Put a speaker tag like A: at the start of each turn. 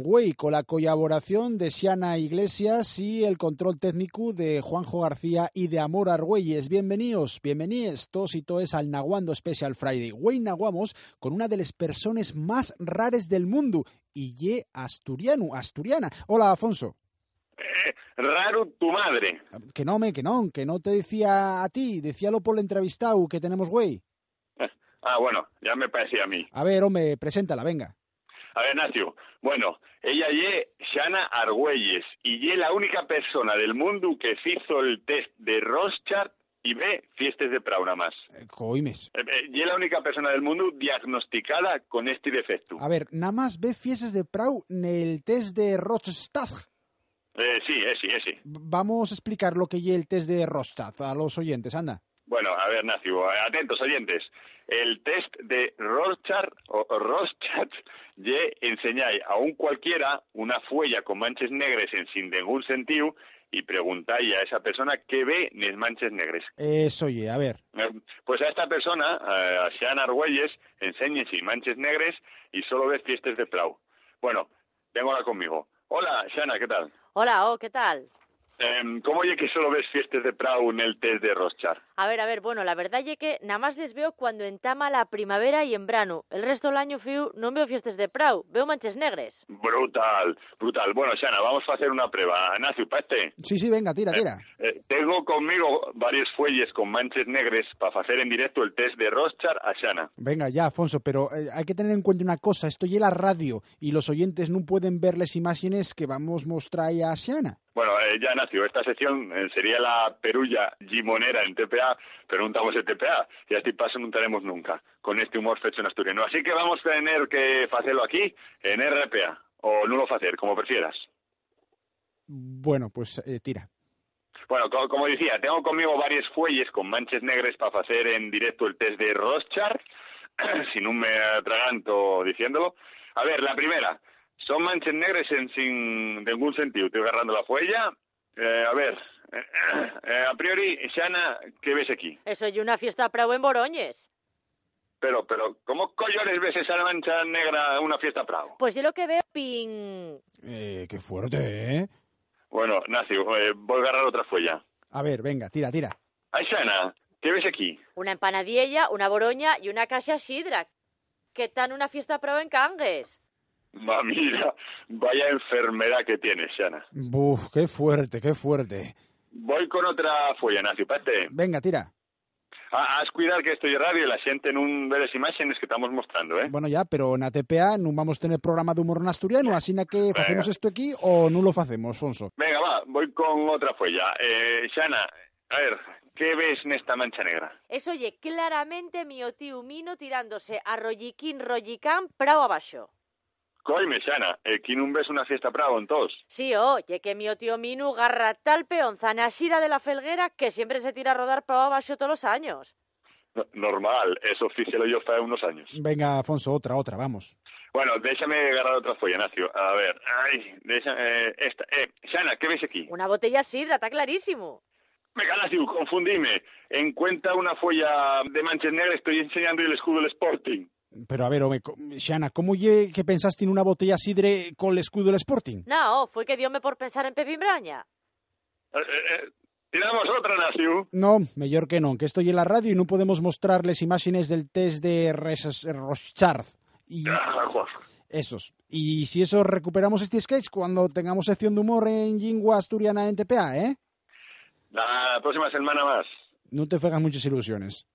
A: Güey, con la colaboración de Siana Iglesias y el control técnico de Juanjo García y de Amor Argüelles. Bienvenidos, bienvenidos todos y todas al Naguando Special Friday. Güey, naguamos con una de las personas más rares del mundo y ye asturiano, asturiana. Hola, Afonso.
B: Eh, raro tu madre.
A: Que no, me, que no, que no te decía a ti, decíalo por el entrevistado que tenemos, güey.
B: Ah, bueno, ya me parecía a mí.
A: A ver, hombre, preséntala, venga.
B: A ver, Nacio, bueno, ella ye Shana Argüelles y ye la única persona del mundo que hizo el test de Rothschild y ve fiestes de Prauna más.
A: Eh, Coimes.
B: Eh, eh, Y es la única persona del mundo diagnosticada con este defecto.
A: A ver, nada más ve fiestas de Prau en el test de Rothstad.
B: Eh, sí, eh, sí, eh, sí.
A: Vamos a explicar lo que es el test de Rothstad a los oyentes, anda.
B: Bueno, a ver, Nacio, atentos oyentes. El test de Rorschach o o Rorschach ye enseñáis a un cualquiera una fuella con manches negres en sin ningún sentido y preguntáis a esa persona qué ve nes manches negres.
A: Eso, oye, a ver.
B: Eh, Pues a esta persona, eh, a Sean Argüelles, enseñen sin manches negres y solo ve fiestas de Plau. Bueno, tengo la conmigo. Hola, Shana, ¿qué tal?
C: Hola, oh, ¿qué tal?
B: Em, ¿Cómo oye que solo ves fiestas de Prau en el test de Rothschild?
C: A ver, a ver, bueno, la verdad es que nada más les veo cuando entama la primavera y en verano. El resto del año, fiu, no veo fiestas de prau, veo manches negres.
B: Brutal, brutal. Bueno, Shana, vamos a hacer una prueba. Nacio, paste.
A: Sí, sí, venga, tira, tira.
B: Eh, tengo conmigo varios fuelles con manches negres para hacer en directo el test de Rothschild a Shana.
A: Venga, ya, Afonso, pero eh, hay que tener en cuenta una cosa. Esto es la radio y los oyentes no pueden ver las imágenes que vamos a mostrar a Siana.
B: Bueno, eh, ya, Nacio, esta sesión eh, sería la perulla gimonera en TPA, pero no estamos en TPA y así paso no tenemos nunca con este humor fecho en asturiano. Así que vamos a tener que hacerlo aquí en RPA o no lo hacer, como prefieras.
A: Bueno, pues eh, tira.
B: Bueno, co- como decía, tengo conmigo varios fuelles con manches negres para hacer en directo el test de Rothschild, si no me atraganto diciéndolo. A ver, la primera, son manches negres en, sin ningún sentido. Estoy agarrando la fuella. Eh, a ver, eh, a priori, Shana, ¿qué ves aquí?
C: Eso y una fiesta prau en Boroñes.
B: Pero, pero, ¿cómo collones ves esa mancha negra en una fiesta Prado?
C: Pues yo lo que veo, ping...
A: Eh, qué fuerte, ¿eh?
B: Bueno, Nacio, eh, voy a agarrar otra fuella.
A: A ver, venga, tira, tira.
B: Ay, Shana, ¿qué ves aquí?
C: Una empanadilla, una boroña y una casa sidra. ¿Qué tan una fiesta prau en Cangues?
B: Ma, mira, vaya enfermedad que tienes, Shana.
A: Buf, qué fuerte, qué fuerte.
B: Voy con otra fuella, Nacio, pate.
A: Venga, tira.
B: Ah, Has cuidar que estoy en radio y la gente en un de las imágenes que estamos mostrando, ¿eh?
A: Bueno, ya, pero en ATPA no vamos a tener programa de humor en asturiano, así na
B: Eh.
A: que hacemos esto aquí o no lo hacemos, Afonso.
B: Venga, va, voy con otra fuella. Eh, Shana, a ver, ¿qué ves en esta mancha negra?
C: Eso oye, claramente mi otiu mino tirándose a rolliquín, rollicán, prau abajo.
B: Coime, Shana, eh, ¿quién un ves una fiesta Prado en todos?
C: Sí, oye, que mi tío Minu garra tal peonzana Sira de la Felguera que siempre se tira a rodar para abajo todos los años.
B: No- normal, eso oficial yo hace unos años.
A: Venga, Afonso, otra, otra, vamos.
B: Bueno, déjame agarrar otra folla, Nacio. A ver, ay, déjame, eh, esta. Eh, Shana, ¿qué ves aquí?
C: Una botella sidra, está clarísimo.
B: Venga, Nacio, confundime. Encuentra una folla de manchas negras, estoy enseñando el escudo del Sporting.
A: Pero a ver, home, co- Xana, ¿cómo ye que pensaste en una botella sidre con el escudo del Sporting?
C: No, fue que diome por pensar en Pepín Braña.
B: Eh, eh, eh, tiramos otra, Nacio.
A: No, mejor que no, que estoy en la radio y no podemos mostrarles imágenes del test de Res- Rochard. Y esos. Y si eso recuperamos este sketch cuando tengamos sección de humor en lengua asturiana en TPA, ¿eh?
B: La próxima semana más.
A: No te fegas muchas ilusiones.